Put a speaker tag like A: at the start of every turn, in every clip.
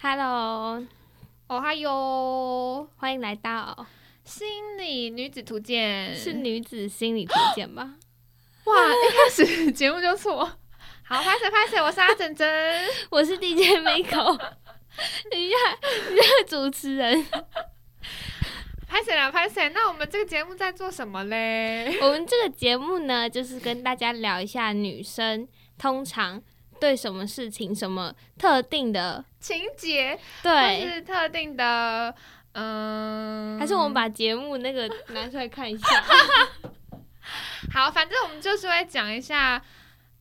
A: Hello，
B: 哦嗨哟，
A: 欢迎来到
B: 心理女子图鉴
A: 是女子心理图鉴吧？
B: 哇，一开始节目就错。 好，拍谁拍谁，我是阿珍珍。
A: 我是 DJ Miko，等一下， 你这个主持人，
B: 拍谁啦？拍谁？那我们这个节目在做什么嘞？
A: 我们这个节目呢，就是跟大家聊一下女生通常对什么事情、什么特定的
B: 情节或
A: 对，
B: 是特定的，嗯，
A: 还是我们把节目那个拿出来看一下？
B: 好，反正我们就是会讲一下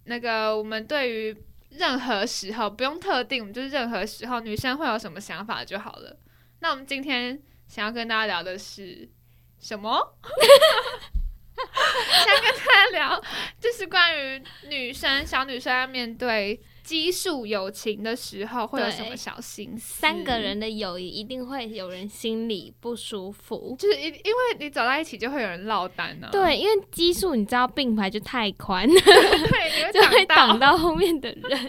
B: 那个我们对于任何时候不用特定，我们就是任何时候女生会有什么想法就好了。那我们今天想要跟大家聊的是什 么？想跟大家聊就是关于女生小女生在面对基数友情的时候会有什么
A: 对
B: 小心思？
A: 三个人的友谊一定会有人心里不舒服。
B: 就是因因为你走在一起就会有人落单呢、啊，
A: 对，因为基数你知道并排就太宽，
B: 对，你
A: 就会
B: 会
A: 挡
B: 挡到
A: 到后面的人，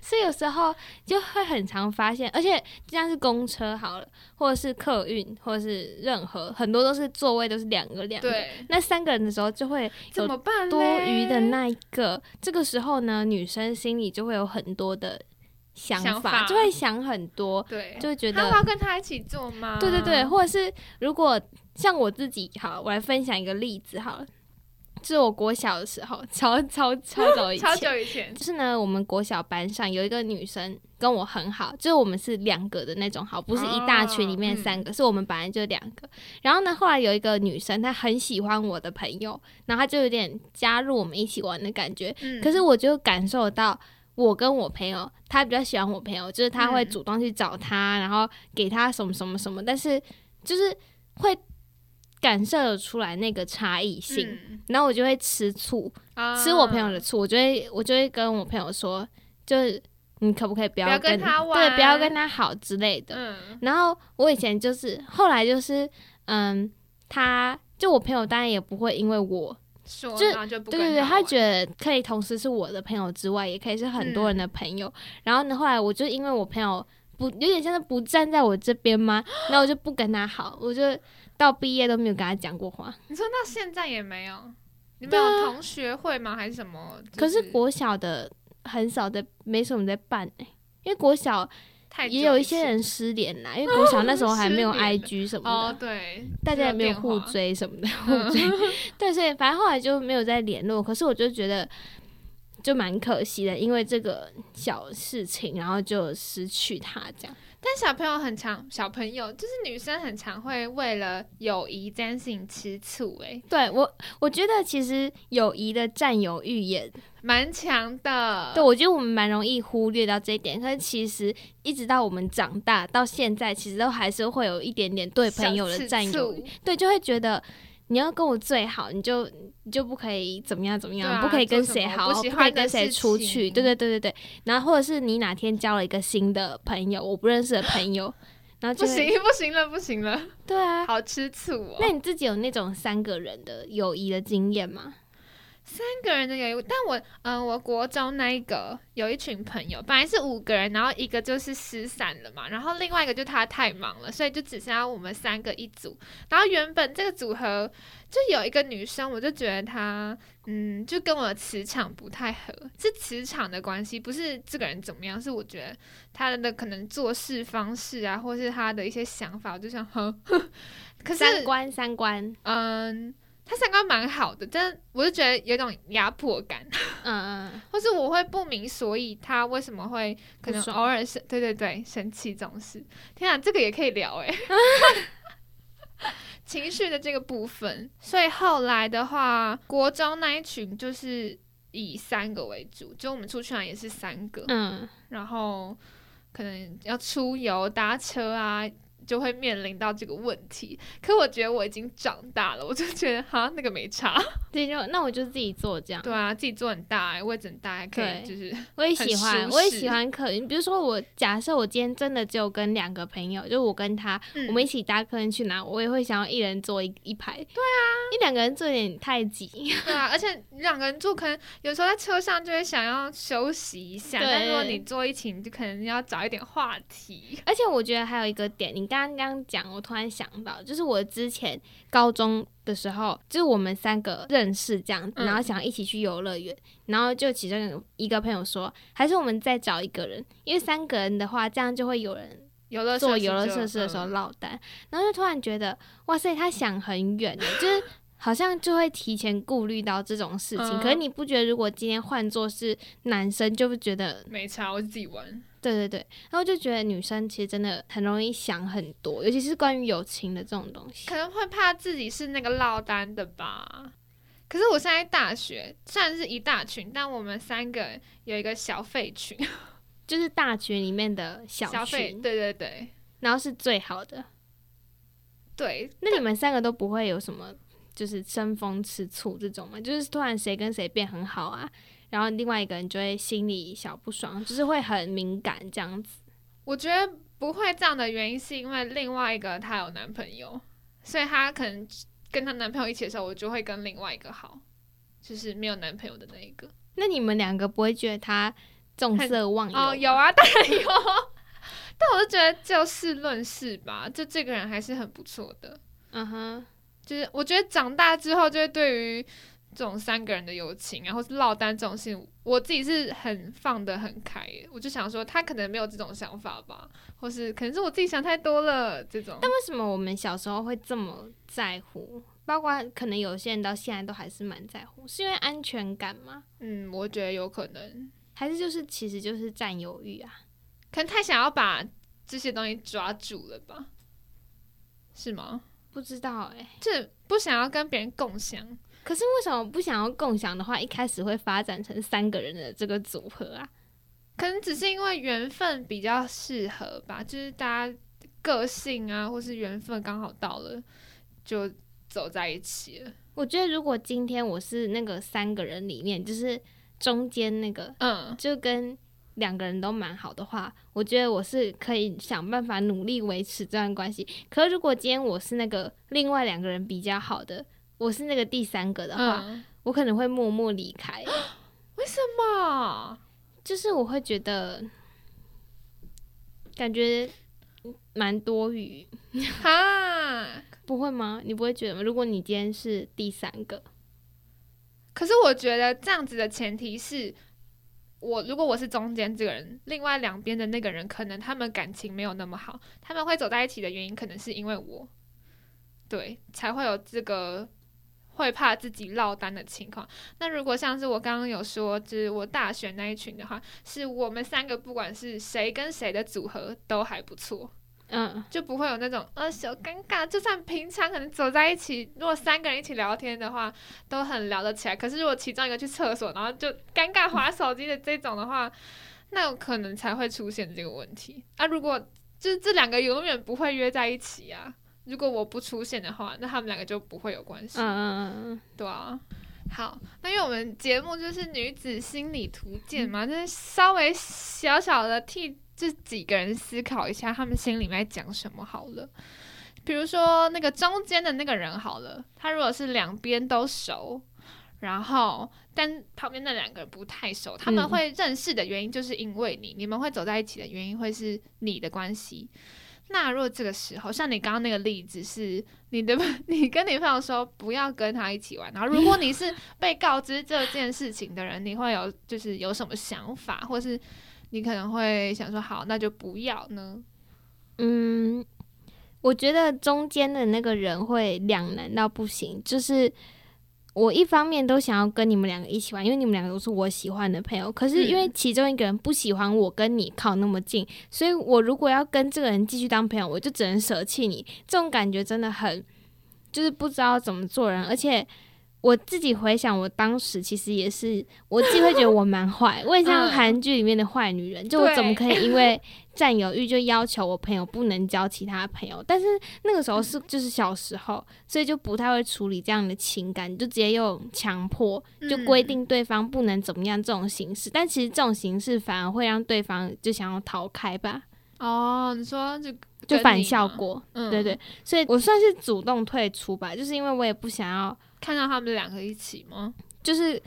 A: 所以有时候就会很常发现，而且就像是公车好了，或者是客运，或者是任何很多都是座位都是两个两个，
B: 对，
A: 那三个人的时候就会
B: 怎么办嘞？
A: 多余的那一个，这个时候呢，女生心里就会有很多的想法，
B: 想法
A: 就会想很多，
B: 对，
A: 就会觉
B: 他
A: 得
B: 们啊要跟他一起做吗？
A: 对对对，，或者是如果像我自己，好，我来分享一个例子好了，就是我国小的时候，超超超早以前
B: 超，久以前，
A: 就是呢，我们国小班上有一个女生跟我很好，就是我们是两个的那种好，不是一大群里面三个，是我们本来就两个。然后呢，后来有一个女生，她很喜欢我的朋友，然后她就有点加入我们一起玩的感觉。
B: 嗯
A: 可是我就感受到。我跟我朋友，她比较喜欢我朋友，就是她会
B: 嗯
A: 主动去找她，然后给她什么什么什么，但是就是会感受得出来那个差异性，
B: 嗯
A: 然后我就会吃醋，
B: 啊
A: 吃我朋友的醋，我就会我就会跟我朋友说，就是你可不可以不
B: 不要
A: 跟
B: 跟他玩
A: 对，不要跟他好之类的。
B: 嗯
A: 然后我以前就是后来就是嗯，他就我朋友当然也不会因为我，
B: 说，
A: 就
B: 然后就不
A: 对
B: 跟
A: 对对，
B: 他
A: 他
B: 玩
A: 觉得可以同时是我的朋友之外，也可以是很
B: 嗯
A: 多人的朋友。然后呢，后来我就因为我朋友。不，有点像是不站在我这边吗？ 然后我就不跟他好，我就到毕业都没有跟他讲过话。
B: 你说那现在也没有，你们有同学会吗？还是什么？就
A: 啊可是国小的很少在，没什么在办、欸、因为国小
B: 太久
A: 也有一
B: 以
A: 些
B: 前啊
A: 人失联啦，因为国小那时候还没有
B: 失联了
A: IG 什么
B: 哦
A: 的，，
B: 对，
A: 大家也没有
B: 只电
A: 互
B: 话
A: 追什么 的，互追，对，所以反正后来就没有再联络。可是我就觉得就蛮可惜的，因为这个小事情，然后就失去他这样。
B: 但小朋友很常，小朋友就是女生很常会为了友谊这件事情吃醋、欸，
A: 对我，我觉得其实友谊的占有欲也
B: 蛮强的。
A: 对，我觉得我们蛮容易忽略到这一点，可是其实一直到我们长大到现在，其实都还是会有一点点对
B: 小
A: 朋友的
B: 吃
A: 占有
B: 醋
A: 欲，对，就会觉得你要跟我最好，你就你就不可以怎么样怎么样，
B: 对啊
A: 不可以跟
B: 做什
A: 谁
B: 么
A: 好，
B: 不
A: 不
B: 喜
A: 可以
B: 欢
A: 跟
B: 的
A: 谁
B: 事
A: 出去，对
B: 情
A: 对对对对。然后或者是你哪天交了一个新的朋友，我不认识的朋友，然后
B: 不
A: 就会
B: 行， 不行了，不行了，
A: 对啊。
B: 好吃醋哦。
A: 那你自己有那种三个人的友谊的经验吗？
B: 三个人的友谊，但我嗯、我国中那一个有一群朋友，本来是五个人，然后一个就是失散了嘛，然后另外一个就他太忙了，所以就只剩下我们三个一组。然后原本这个组合就有一个女生，我就觉得她嗯，就跟我的磁场不太合，是磁场的关系，不是这个人怎么样，是我觉得她的可能做事方式啊，或是她的一些想法，我就想呵， 可是
A: 三观，三观，
B: 嗯，他三观蛮好的，但我就觉得有一种压迫感，
A: 嗯嗯，嗯
B: 或是我会不明所以他为什么会可
A: 不
B: 能
A: 爽
B: 偶尔生，对对对，生气这种事。天啊，这个也可以聊诶、 情绪的这个部分，所以后来的话，国中那一群就是以三个为主，就我们出去玩也是三个，
A: 嗯，
B: 然后可能要出游、搭车啊，就会面临到这个问题。可我觉得我已经长大了，我就觉得哈那个没差。
A: 对，就那我就自己做这样。
B: 对啊，自己做很大、欸，位置很大、欸，可以
A: 对
B: 就是
A: 我也
B: 很
A: 喜欢，
B: 舒
A: 我也
B: 适
A: 喜欢客人。比如说我假设我今天真的只有跟两个朋友，就我跟他，
B: 嗯
A: 我们一起搭客人去哪，我也会想要一人坐一一排。对啊，一两个人坐有点太挤。
B: 对啊，而且两个人住，可能有时候在车上就会想要休息一下，
A: 对
B: 但如果你坐一起，你就可能要找一点话题。
A: 而且我觉得还有一个点，你刚刚讲，我突然想到，就是我之前高中的时候，就是我们三个认识这样，
B: 嗯
A: 然后想要一起去游乐园，然后就其中有一个朋友说，还是我们再找一个人，因为三个人的话，这样就会有人
B: 游乐
A: 做
B: 设施
A: 游乐
B: 就
A: 设施的时候
B: 嗯
A: 落单，然后就突然觉得，哇塞，他想很远的，就是好像就会提前顾虑到这种事情。
B: 嗯
A: 可是你不觉得，如果今天换作是男生，就会觉得，
B: 没差，我自己玩。
A: 对对对，然后就觉得女生其实真的很容易想很多，尤其是关于友情的这种东西
B: 可。能会怕自己是那个落单的吧。可是我现在大学虽然是一大群，但我们三个有一个小费群，
A: 就是大群里面的小
B: 小费，
A: 群，
B: 对对对
A: 然后是最好的。
B: 对，
A: 那你们三个都不会有什么就是争风吃醋这种吗？就是突然谁跟谁变很好啊，然后另外一个人就会心里小不爽，就是会很敏感这样子。
B: 我觉得不会这样的原因是因为另外一个她有男朋友，所以她可能跟她男朋友一起的时候，我就会跟另外一个好，就是没有男朋友的那一个。
A: 那你们两个不会觉得他重色忘友吗？
B: 哦，有啊，当然有。 但我就觉得就事论事吧，就这个人还是很不错的。
A: 嗯哼，
B: 就是我觉得长大之后，就会对于这种三个人的友情啊，或是落单这种事情，我自己是很放得很开耶。我就想说，他可能没有这种想法吧，或是可能是我自己想太多了这种。
A: 为什么我们小时候会这么在乎？包括可能有些人到现在都还是蛮在乎，是因为安全感吗？
B: 嗯，我觉得有可能，
A: 还是就是其实就是占有欲啊？
B: 可能太想要把这些东西抓住了吧？是吗？
A: 不知道哎、
B: 这不想要跟别人共享，
A: 可是为什么不想要共享的话，一开始会发展成三个人的这个组合啊？
B: 可能只是因为缘分比较适合吧，就是大家个性啊，或是缘分刚好到了，就走在一起了。
A: 我觉得如果今天我是那个三个人里面，就是中间那个，
B: 嗯，
A: 就跟两个人都蛮好的话，我觉得我是可以想办法努力维持这段关系。可如果今天我是那个另外两个人比较好的，我是那个第三个的话，
B: 嗯，
A: 我可能会默默离开，
B: 为什么？
A: 就是我会觉得感觉蛮多余，
B: 哈，
A: 不会吗？你不会觉得吗？如果你今天是第三个，
B: 可是我觉得这样子的前提是。我如果我是中间这个人，另外两边的那个人，可能他们感情没有那么好，他们会走在一起的原因，可能是因为我，对，才会有这个会怕自己落单的情况。那如果像是我刚刚有说，就是我大学那一群的话，是我们三个不管是谁跟谁的组合都还不错，
A: 嗯，
B: 就不会有那种呃小尴尬。就算平常可能走在一起，如果三个人一起聊天的话，都很聊得起来。可是如果其中一个去厕所，然后就尴尬划手机的这种的话，那有可能才会出现这个问题。啊，如果就是这两个永远不会约在一起啊，如果我不出现的话，那他们两个就不会有关系。
A: 嗯嗯嗯嗯，
B: 对啊。好，那因为我们节目就是女子心理图鉴嘛，就是稍微小小的替这几个人思考一下，他们心里面在讲什么好了。比如说那个中间的那个人好了，他如果是两边都熟，然后但旁边那两个人不太熟，他们
A: 嗯
B: 会认识的原因就是因为你，你们会走在一起的原因会是你的关系。那如果这个时候，像你刚刚那个例子是你的，你跟你朋 友说不要跟他一起玩，然后如果你是被告知这件事情的人，你会有就是有什么想法，或是你可能会想说好，那就不要呢？
A: 嗯，我觉得中间的那个人会两难到不行，就是我一方面都想要跟你们两个一起玩，因为你们两个都是我喜欢的朋友，可是因为其中一个人不喜欢我跟你靠那么近，所以我如果要跟这个人继续当朋友，我就只能舍弃你，这种感觉真的很就是不知道怎么做人，而且。我自己回想，我当时其实也是，我自己会觉得我蛮坏，我很像韩剧里面的坏女人，就我怎么可以因为占有欲就要求我朋友不能交其他朋友？但是那个时候是就是小时候，所以就不太会处理这样的情感，就直接用强迫就规
B: 嗯
A: 定对方不能怎么样这种形式，但其实这种形式反而会让对方就想要逃开吧，
B: 哦，你说就
A: 就
B: 跟你
A: 反
B: 吗
A: 效果。
B: 嗯
A: 对对，所以我算是主动退出吧，就是因为我也不想要，
B: 看到他们两个一起吗？
A: 就是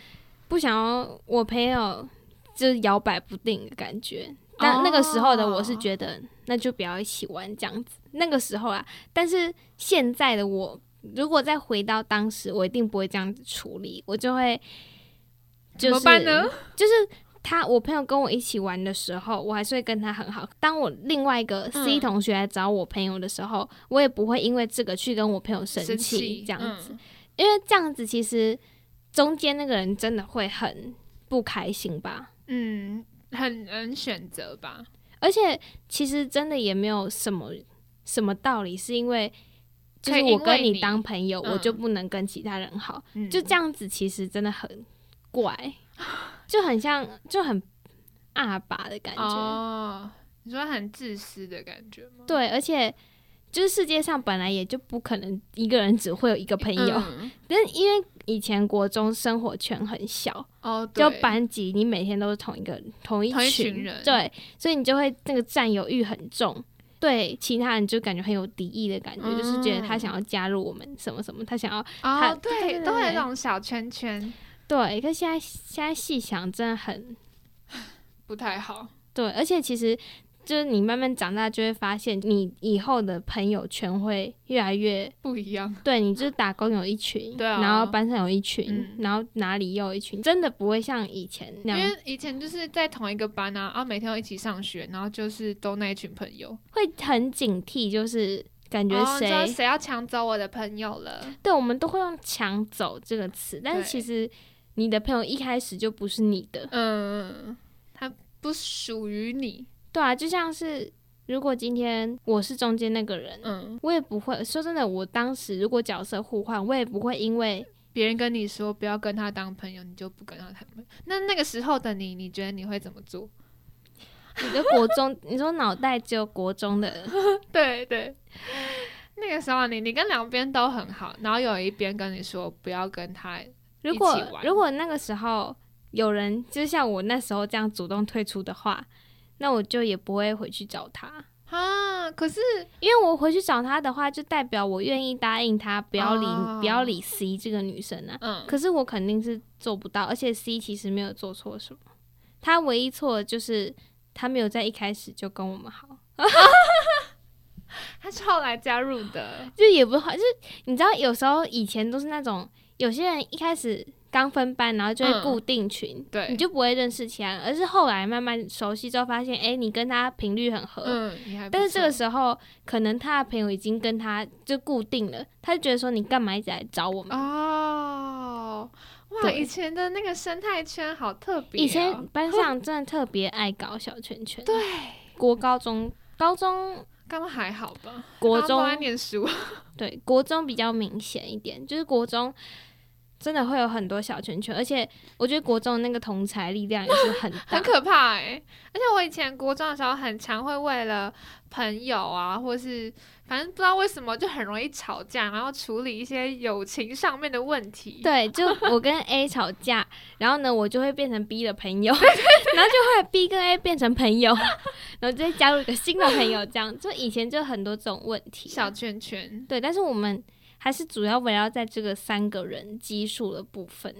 A: 不想要我朋友就是摇摆不定的感觉。但那个时候的我是
B: 哦
A: 觉得，那就不要一起玩这样子。那个时候啊，但是现在的我，如果再回到当时，我一定不会这样子处理，我就会就
B: 怎么
A: 是
B: 办呢？
A: 就是他，我朋友跟我一起玩的时候，我还是会跟他很好。当我另外一个 C
B: 嗯
A: 同学来找我朋友的时候，我也不会因为这个去跟我朋友生
B: 生
A: 气，
B: 气
A: 这样子，，因为这样子其实中间那个人真的会很不开心吧。
B: 嗯，嗯很难选择吧？
A: 而且其实真的也没有什么什么道理，是因为。就
B: 可
A: 是
B: 以
A: 我
B: 因
A: 跟
B: 为
A: 你
B: 你
A: 当朋友，我就
B: 嗯
A: 不能跟其他人好，
B: 嗯
A: 就这样子，其实真的很 怪，就很像就很阿爸的感觉。
B: 哦，你说很自私的感觉吗？
A: 对，而且就是世界上本来也就不可能一个人只会有一个朋友，
B: 嗯
A: 但是因为以前国中生活圈很小，
B: 哦，
A: 就
B: 对
A: 班级你每天都是同一个同一
B: 同一
A: 群
B: 群人
A: 对，所以你就会那个占有欲很重。对其他人就感觉很有敌意的感觉，就是觉
B: 嗯
A: 得他想要加入我们什么什么，他想要他
B: 哦，
A: 对对
B: 对，
A: 对
B: 都有
A: 对
B: 那种小圈圈，
A: 对。可是现在现在细想，真的很
B: 不太好。
A: 对，而且其实就是你慢慢长大，就会发现你以后的朋友圈会越来越
B: 不一样，
A: 对你就是打工有一群，
B: 对啊
A: 然后班上有一群，
B: 嗯
A: 然后哪里又有一群，真的不会像以前那
B: 因
A: 样，
B: 为以前就是在同一个班啊，啊，每天都一起上学，然后就是都那一群朋友，
A: 会很警惕，就是感觉
B: 哦，你
A: 谁、
B: 知道谁要抢走我的朋友了？
A: 对我们都会用“抢走”这个词，但是
B: 对
A: 其实你的朋友一开始就不是你的，
B: 嗯，他不属于你，
A: 对啊，就像是如果今天我是中间那个人。
B: 嗯，
A: 我也不会说真的，我当时如果角色互换，我也不会因为
B: 别人跟你说不要跟他当朋友，你就不跟他当朋友。那那个时候的你，你觉得你会怎么做？
A: 你的国中， 你说脑袋只有国中的，
B: 对对，那个时候你你跟两边都很好，然后有一边跟你说不要跟他，
A: 如果
B: 一起玩
A: 如果那个时候有人就像我那时候这样主动退出的话，那我就也不会回去找他，
B: 啊，可是
A: 因为我回去找他的话，就代表我愿意答应他不要理、
B: 哦
A: 不要理 C 这个女生啊。
B: 嗯，
A: 可是我肯定是做不到，而且 C 其实没有做错什么，他唯一错的就是他没有在一开始就跟我们好。
B: 他是后来加入的，
A: 就也不好，就是你知道，有时候以前都是那种有些人一开始刚分班，然后就会
B: 嗯
A: 固定群，
B: 对
A: 你就不会认识其他人，而是后来慢慢熟悉之后，发现哎、诶你跟他频率很合。
B: 嗯，你还不
A: 但是这个
B: 错
A: 时候，可能他的朋友已经跟他就固定了，他就觉得说你干嘛一直来找我
B: 啊
A: 们？
B: 哦，
A: 嗯
B: 哇，
A: 对
B: 以前的那个生态圈好特别哦、
A: 以前班上真的特别爱搞小圈圈，
B: 对，
A: 国高中、高中、
B: 刚刚还好吧？
A: 国
B: 刚刚
A: 中
B: 都在 念书，
A: 对，国中比较明显一点，就是国中真的会有很多小圈圈，而且我觉得国中的那个同才力量也是很大，
B: 很可怕哎、而且我以前国中的时候，很常会为了朋友啊，或是反正不知道为什么就很容易吵架，然后处理一些友情上面的问题。
A: 对，就我跟 A 吵架，然后呢，我就会变成 B 的朋 友，然后就后来 B 跟 A 变成朋友， 然后再加入一个新的朋友，这样就以前就很多这种问题。
B: 小圈圈，
A: 对，但是我们还是主要围绕在这个三个人基数的部分。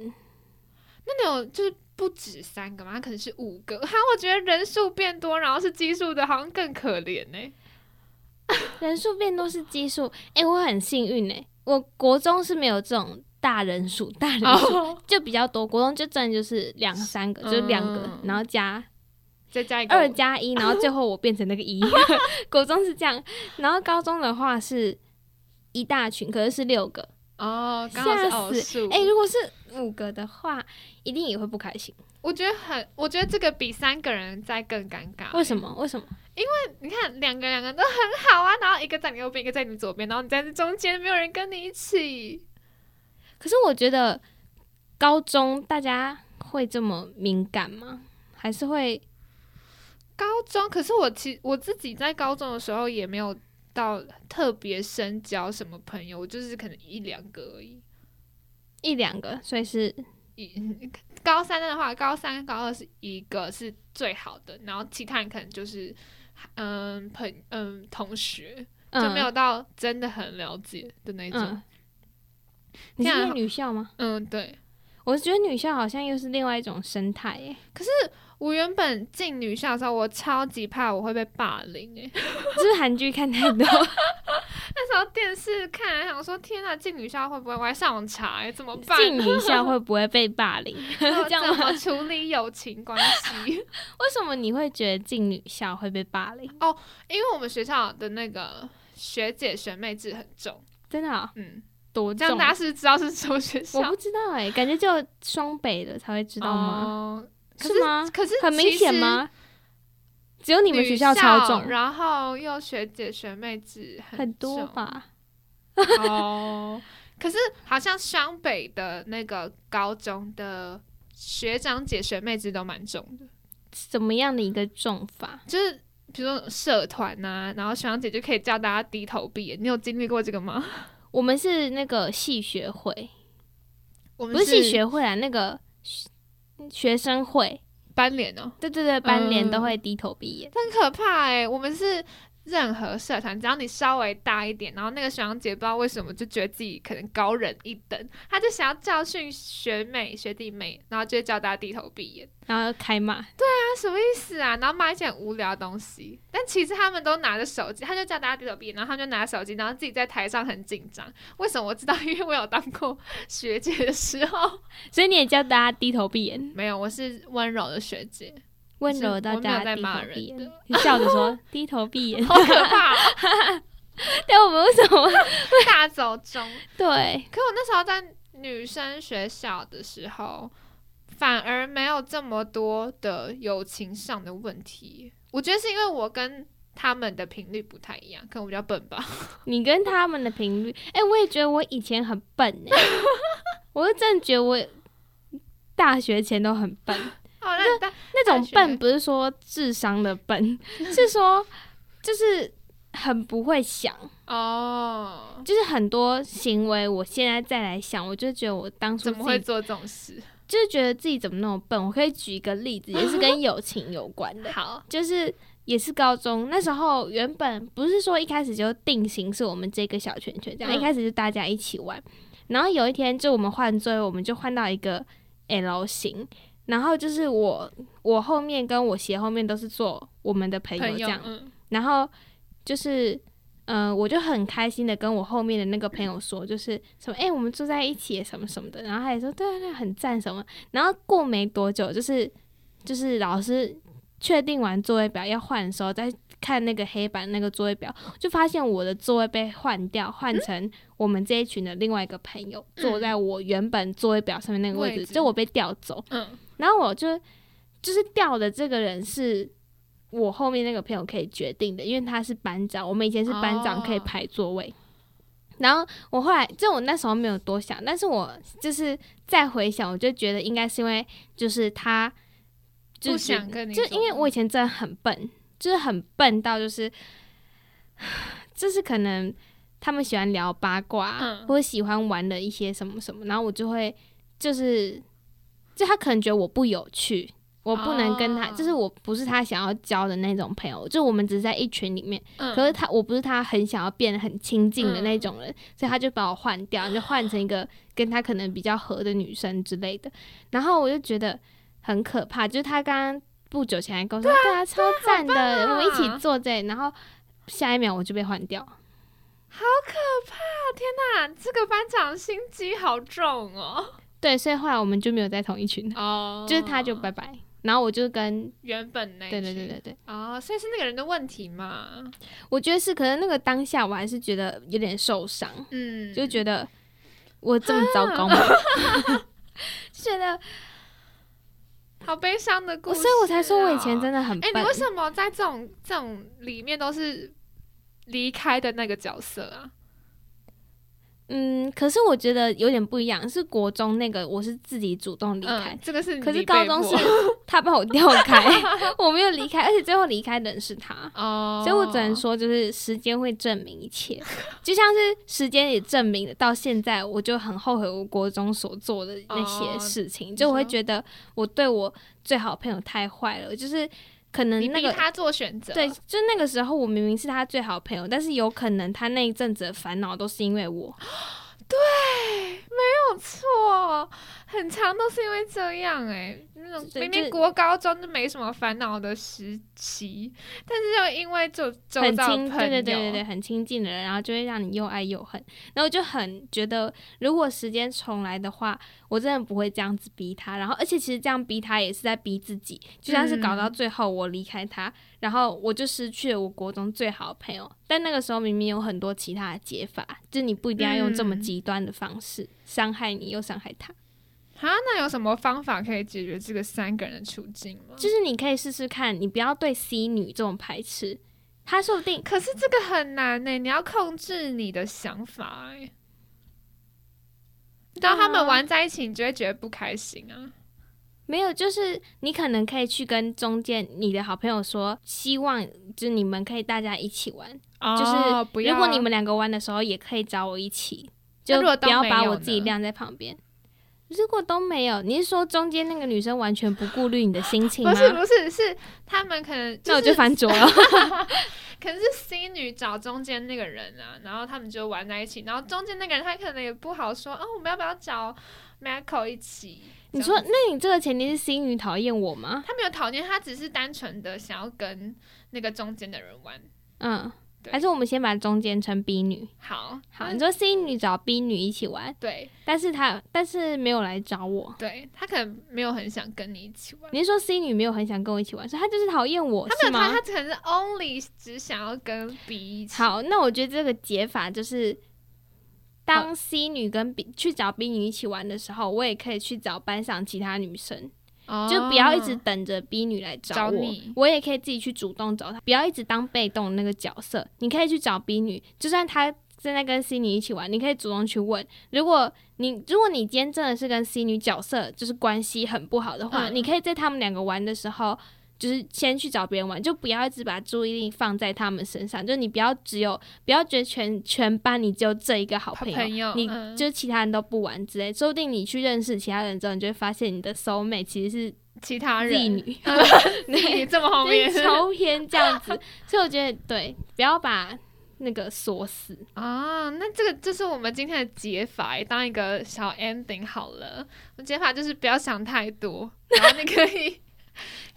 B: 那你有就是不止三个吗？它可能是五个。哈，我觉得人数变多，然后是奇数的，好像更可怜欸 呢、
A: 人数变多是基数，哎、我很幸运哎、我国中是没有这种大人数，大人数、
B: 哦，
A: 就比较多，国中就真的就是两三个，就两个，
B: 嗯
A: 然后加
B: 再加一个
A: 二
B: 我
A: 加一，然后最后我变成那个 一。国中是这样，然后高中的话是一大群，可是是六个。
B: 哦，刚好是偶
A: 吓
B: 数。
A: 哎、如果是五个的话，一定也会不开心。
B: 我觉得很，我觉得这个比三个人再更尴尬。
A: 为什么？为什么？
B: 你看，两个两个都很好啊，然后一个在你右边，一个在你左边，然后你在这中间，没有人跟你一起。
A: 可是我觉得高中大家会这么敏感吗？还是会
B: 高中，可是我其我自己在高中的时候也没有到特别深交什么朋友，我就是可能一两个而已。
A: 一两个？所以是
B: 一 高三的话，高三跟高二是一个是最好的，然后其他人可能就是嗯朋嗯同学，就没有到真的很了解的那种。
A: 嗯，你是
B: 这样
A: 念女校吗？
B: 嗯，对。
A: 我觉得女校好像又是另外一种生态耶，
B: 可是我原本进女校的时候，我超级怕我会被霸凌诶、
A: 是不是韩剧看太 多？
B: 那时候电视看，想说天呐，进女校会不会？我还上网查、欸，怎么 办？
A: 进女校会不会被霸凌？
B: 要
A: 这样
B: 怎
A: 吗？
B: 么处理友情关 系？
A: 为什么你会觉得进女校会被霸凌？
B: 因为我们学校的那个学姐学妹制很重，
A: 真的啊、
B: 嗯，
A: 多
B: 这样
A: 重啊
B: 大家是知道是什么学校
A: 我不知道哎、感觉就双北的才会知道吗？
B: 哦可
A: 是吗？
B: 可是
A: 很明显？吗？只有你们学校超重，
B: 然后又学姐学妹制
A: 很多
B: 重
A: 吧？
B: 哦，可是好像湘北的那个高中的学长姐学妹制都蛮重的，
A: 怎么样的一个重法？
B: 就是。比如说社团呐、然后学长姐就可以叫大家低头闭眼。你有经历过这个吗？
A: 我们是那个系学会，
B: 我们
A: 不是系学会啊，那个学学生会，
B: 班联哦，
A: 对对对，班联
B: 嗯
A: 都会低头闭眼。
B: 很可怕哎、我们是任何社团，只要你稍微大一点，然后那个学长姐不知道为什么就觉得自己可能高人一等，他就想要教训学妹学弟妹，然后就会叫大家低头闭眼。
A: 然后开骂，
B: 那什么意思啊？然后骂一些很无聊的东西，但其实他们都拿着手机，他就叫大家低头闭眼，然后他们就拿手机，然后自己在台上很紧张。为什么我知道？因为我有当过学姐的时候，
A: 所以你也叫大家低头闭眼，
B: 没有，我是温柔的学姐，
A: 温柔到
B: 我没有
A: 大家
B: 在
A: 低
B: 骂
A: 头闭
B: 人
A: 眼
B: 的，
A: 你笑着说低头闭 眼。
B: 好可怕、哦，
A: 但我们为什么？
B: 大走中。
A: 对，
B: 可我那时候在女生学校的时候，反而没有这么多的友情上的问题。我觉得是因为我跟他们的频率不太一样，可能我比较笨吧。
A: 你跟他们的频率，哎、我也觉得我以前很笨 哎、我就真的觉得我 大学前都很笨。
B: 哦，那但
A: 那种
B: 大学
A: 笨不是说智商的 笨，是说就是很不会想，
B: 哦，
A: 就是很多行为，我现在再来想，我就觉得我当初
B: 怎
A: 自
B: 么会
A: 己
B: 做这种事？
A: 就是觉得自己怎么那么笨。我可以举一个例子，也是跟友情有关的，
B: 好，
A: 就是。也是高中那时候，原本不是说一开始就定型是我们这个小圈圈这样，
B: 嗯
A: 一开始就大家一起玩。然后有一天就我们换座位，我们就换到一个 L 型，然后就是我我后面跟我斜后面都是坐我们的朋友
B: 朋
A: 这
B: 友
A: 样，，
B: 嗯，
A: 然后就是，呃，我就很开心的跟我后面的那个朋友说，就是什么，哎、我们住在一起耶什么什么的，然后他也说，对啊，对啊，很赞什么。然后过没多久，就是就是老师确定完座位表要换的时候，再看那个黑板那个座位表，就发现我的座位被换掉，换成我们这一群的另外一个朋友、坐在我原本座位表上面那个位
B: 位
A: 置，
B: 置
A: 就我被调走。
B: 嗯，
A: 然后我就就是调的这个人是我后面那个朋友可以决定的，因为他是班长，我们以前是班长
B: 哦
A: 可以排座位。然后我后来，就我那时候没有多想，但是我就是再回想，我就觉得应该是因为就是他就
B: 不
A: 是觉
B: 想跟你
A: 就
B: 做，
A: 因为我以前真的很笨，就是很笨到就是， 就是可能他们喜欢聊八卦，啊
B: 嗯
A: 或者喜欢玩的一些什么什么，然后我就会就是，就他可能觉得我不有趣，我不能跟他，
B: 哦
A: 就是我不是他想要交的那种朋友，就我们只是在一群里面，
B: 嗯，
A: 可是他我不是他很想要变得很亲近的那种人，所以他就把我换掉，就换成一个跟他可能比较合的女生之类的。然后我就觉得很可怕，就是他刚刚不久前还跟我说，对啊，超赞的，
B: 啊
A: 我们一起坐这里然后下一秒我就被换掉。
B: 那这个班长心机好重哦，
A: 对，所以后来我们就没有在同一群了，
B: 哦
A: 就是他就拜拜，然后我就跟
B: 原本那一
A: 对对对
B: 群，
A: 对对，
B: 哦，所以是那个人的问题嘛，
A: 我觉得是，可能那个当下我还是觉得有点受伤。
B: 嗯，
A: 就觉得我这么糟糕吗？ 就觉得，
B: 好悲伤的故
A: 我哦
B: 事、
A: 所以我才说我以前真的很
B: 哎、
A: 笨。
B: 你为什么在这种这种里面都是离开的那个角色啊？
A: 嗯，可是我觉得有点不一样，是国中那个我是自己主动离开
B: 嗯，，这个是
A: 可是
B: 你
A: 高
B: 被
A: 中
B: 迫
A: 是 他把我调开，我没有离开，而且最后离开的人是他。
B: 哦，
A: 所以我只能说，就是时间会证明一切，就像是时间也证明了，到现在我就很后悔我国中所做的那些事情，就我会
B: 哦你说
A: 觉得我对我最好的朋友太坏了，就是可能
B: 你
A: 那
B: 逼
A: 个
B: 他做选择，
A: 对，就那个时候我明明是他最好的朋友，但是有可能他那一阵子的烦恼都是因为我，
B: 没有错，很长都是因为这样哎、那种
A: 对
B: 明
A: 就
B: 明国高中就没什么烦恼的时期，但是又因为就周
A: 很
B: 遭
A: 亲，
B: 的朋友，
A: 对对对对对，很亲近的人，然后就会让你又爱又恨。然后我就很觉得，如果时间重来的话，我真的不会这样子逼他。然后，而且其实这样逼他也是在逼自己，就像是搞到
B: 嗯
A: 最后我离开他，然后我就失去了我国中最好的朋友。但那个时候明明有很多其他的解法，就你不一定要用这么
B: 嗯
A: 极端的方式伤害你又伤害他，
B: 啊，那有什么方法可以解决这个三个人的处境吗？
A: 就是你可以试试看，你不要对 C 女这种排斥，她说不定
B: 可是这个很难呢、你要控制你的想法哎、当他们
A: 啊
B: 玩在一起，你就会觉得不开心啊。
A: 没有，就是你可能可以去跟中间你的好朋友说，希望就是你们可以大家一起玩。就是
B: 哦不要
A: 如果你们两个玩的时候，也可以找我一起，
B: 那
A: 就
B: 如果
A: 不
B: 都
A: 要
B: 没
A: 把
B: 有
A: 我自己
B: 呢
A: 晾在旁边。如果都没有，你是说中间那个女生完全不顾虑你的心情吗？
B: 不是不是是他们可能
A: 啊那我
B: 是
A: 就翻桌 了。
B: 可能是 C 女找中间那个人啊，然后他们就玩在一起，然后中间那个人他可能也不好说，哦，我们要不要找 Michael 一起？
A: 你
B: 这
A: 说，
B: 样子
A: 那你这个前提是 C 女讨厌我吗？
B: 他没有讨厌，他只是单纯的想要跟那个中间的人玩。
A: 嗯，
B: 对
A: 还是我们先把中间称 B 女？
B: 好，
A: 好，
B: 那
A: 你说 C 女找 B 女一起玩，
B: 对
A: 但是她但是没有来找我。
B: 对，他可能没有很想跟你一起玩。
A: 你是说 C 女没有很想跟我一起玩，所以她就是讨厌我，
B: 他没
A: 是
B: 有
A: 吗
B: 他，他？可能是 only 只想要跟 B 一起。
A: 好，那我觉得这个解法就是，当 C 女跟 B 去找 B 女一起玩的时候，我也可以去找班上其他女生，
B: 哦，
A: 就不要一直等着 B 女来
B: 找
A: 找我
B: 你。
A: 我也可以自己去主动找她，不要一直当被动那个角色。你可以去找 B 女，就算她正在跟 C 女一起玩，你可以主动去问。如果你如果你今天真的是跟 C 女角色就是关系很不好的话，
B: 嗯
A: 你可以在他们两个玩的时候，就是先去找别人玩，就不要一直把注意力放在他们身上。就你不要只有不要觉得全全班你只有这一个好朋友，
B: 朋友
A: 你
B: 嗯
A: 就其他人都不玩之类。说不定你去认识其他人之后，你就会发现你的 soul mate 其实
B: 其他
A: 是 Z
B: 人，
A: 女，
B: 你这么后面
A: 就是超偏这样 子。所以我觉得对，不要把那个锁死。
B: 啊，那这个就是我们今天的解法，当一个小 ending 好了。我解法就是不要想太多，然后你可以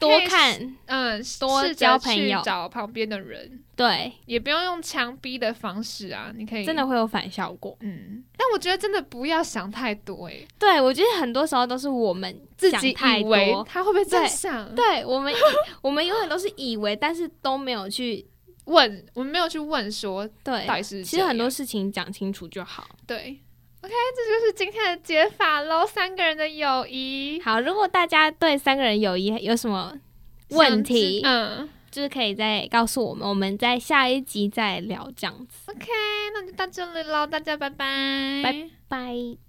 A: 多看，
B: 嗯
A: 多
B: 试着
A: 交朋友
B: 去找旁边的人，
A: 对，
B: 也不用用强逼的方式啊，你可以
A: 真的会有反效果。
B: 嗯。但我觉得真的不要想太多、欸，
A: 对，我觉得很多时候都是我们
B: 自
A: 想
B: 己嗯
A: 太
B: 以为
A: 多。
B: 他会不会这样
A: 对
B: 想？
A: 对我们以，我们永远都是以为，但是都没有去
B: 问我们没有去问说
A: 对哎
B: 到。底是啊
A: 其实很多
B: 怎样
A: 事情讲清楚就好。
B: 对。OK，这就是今天的解法喽，三个人的友谊
A: 好，如果大家对三个人友谊有什么问题，
B: 想知嗯。
A: 就是可以再告诉我们，我们在下一集再聊这样子。
B: OK，那就到这里喽，大家拜拜，
A: 拜拜。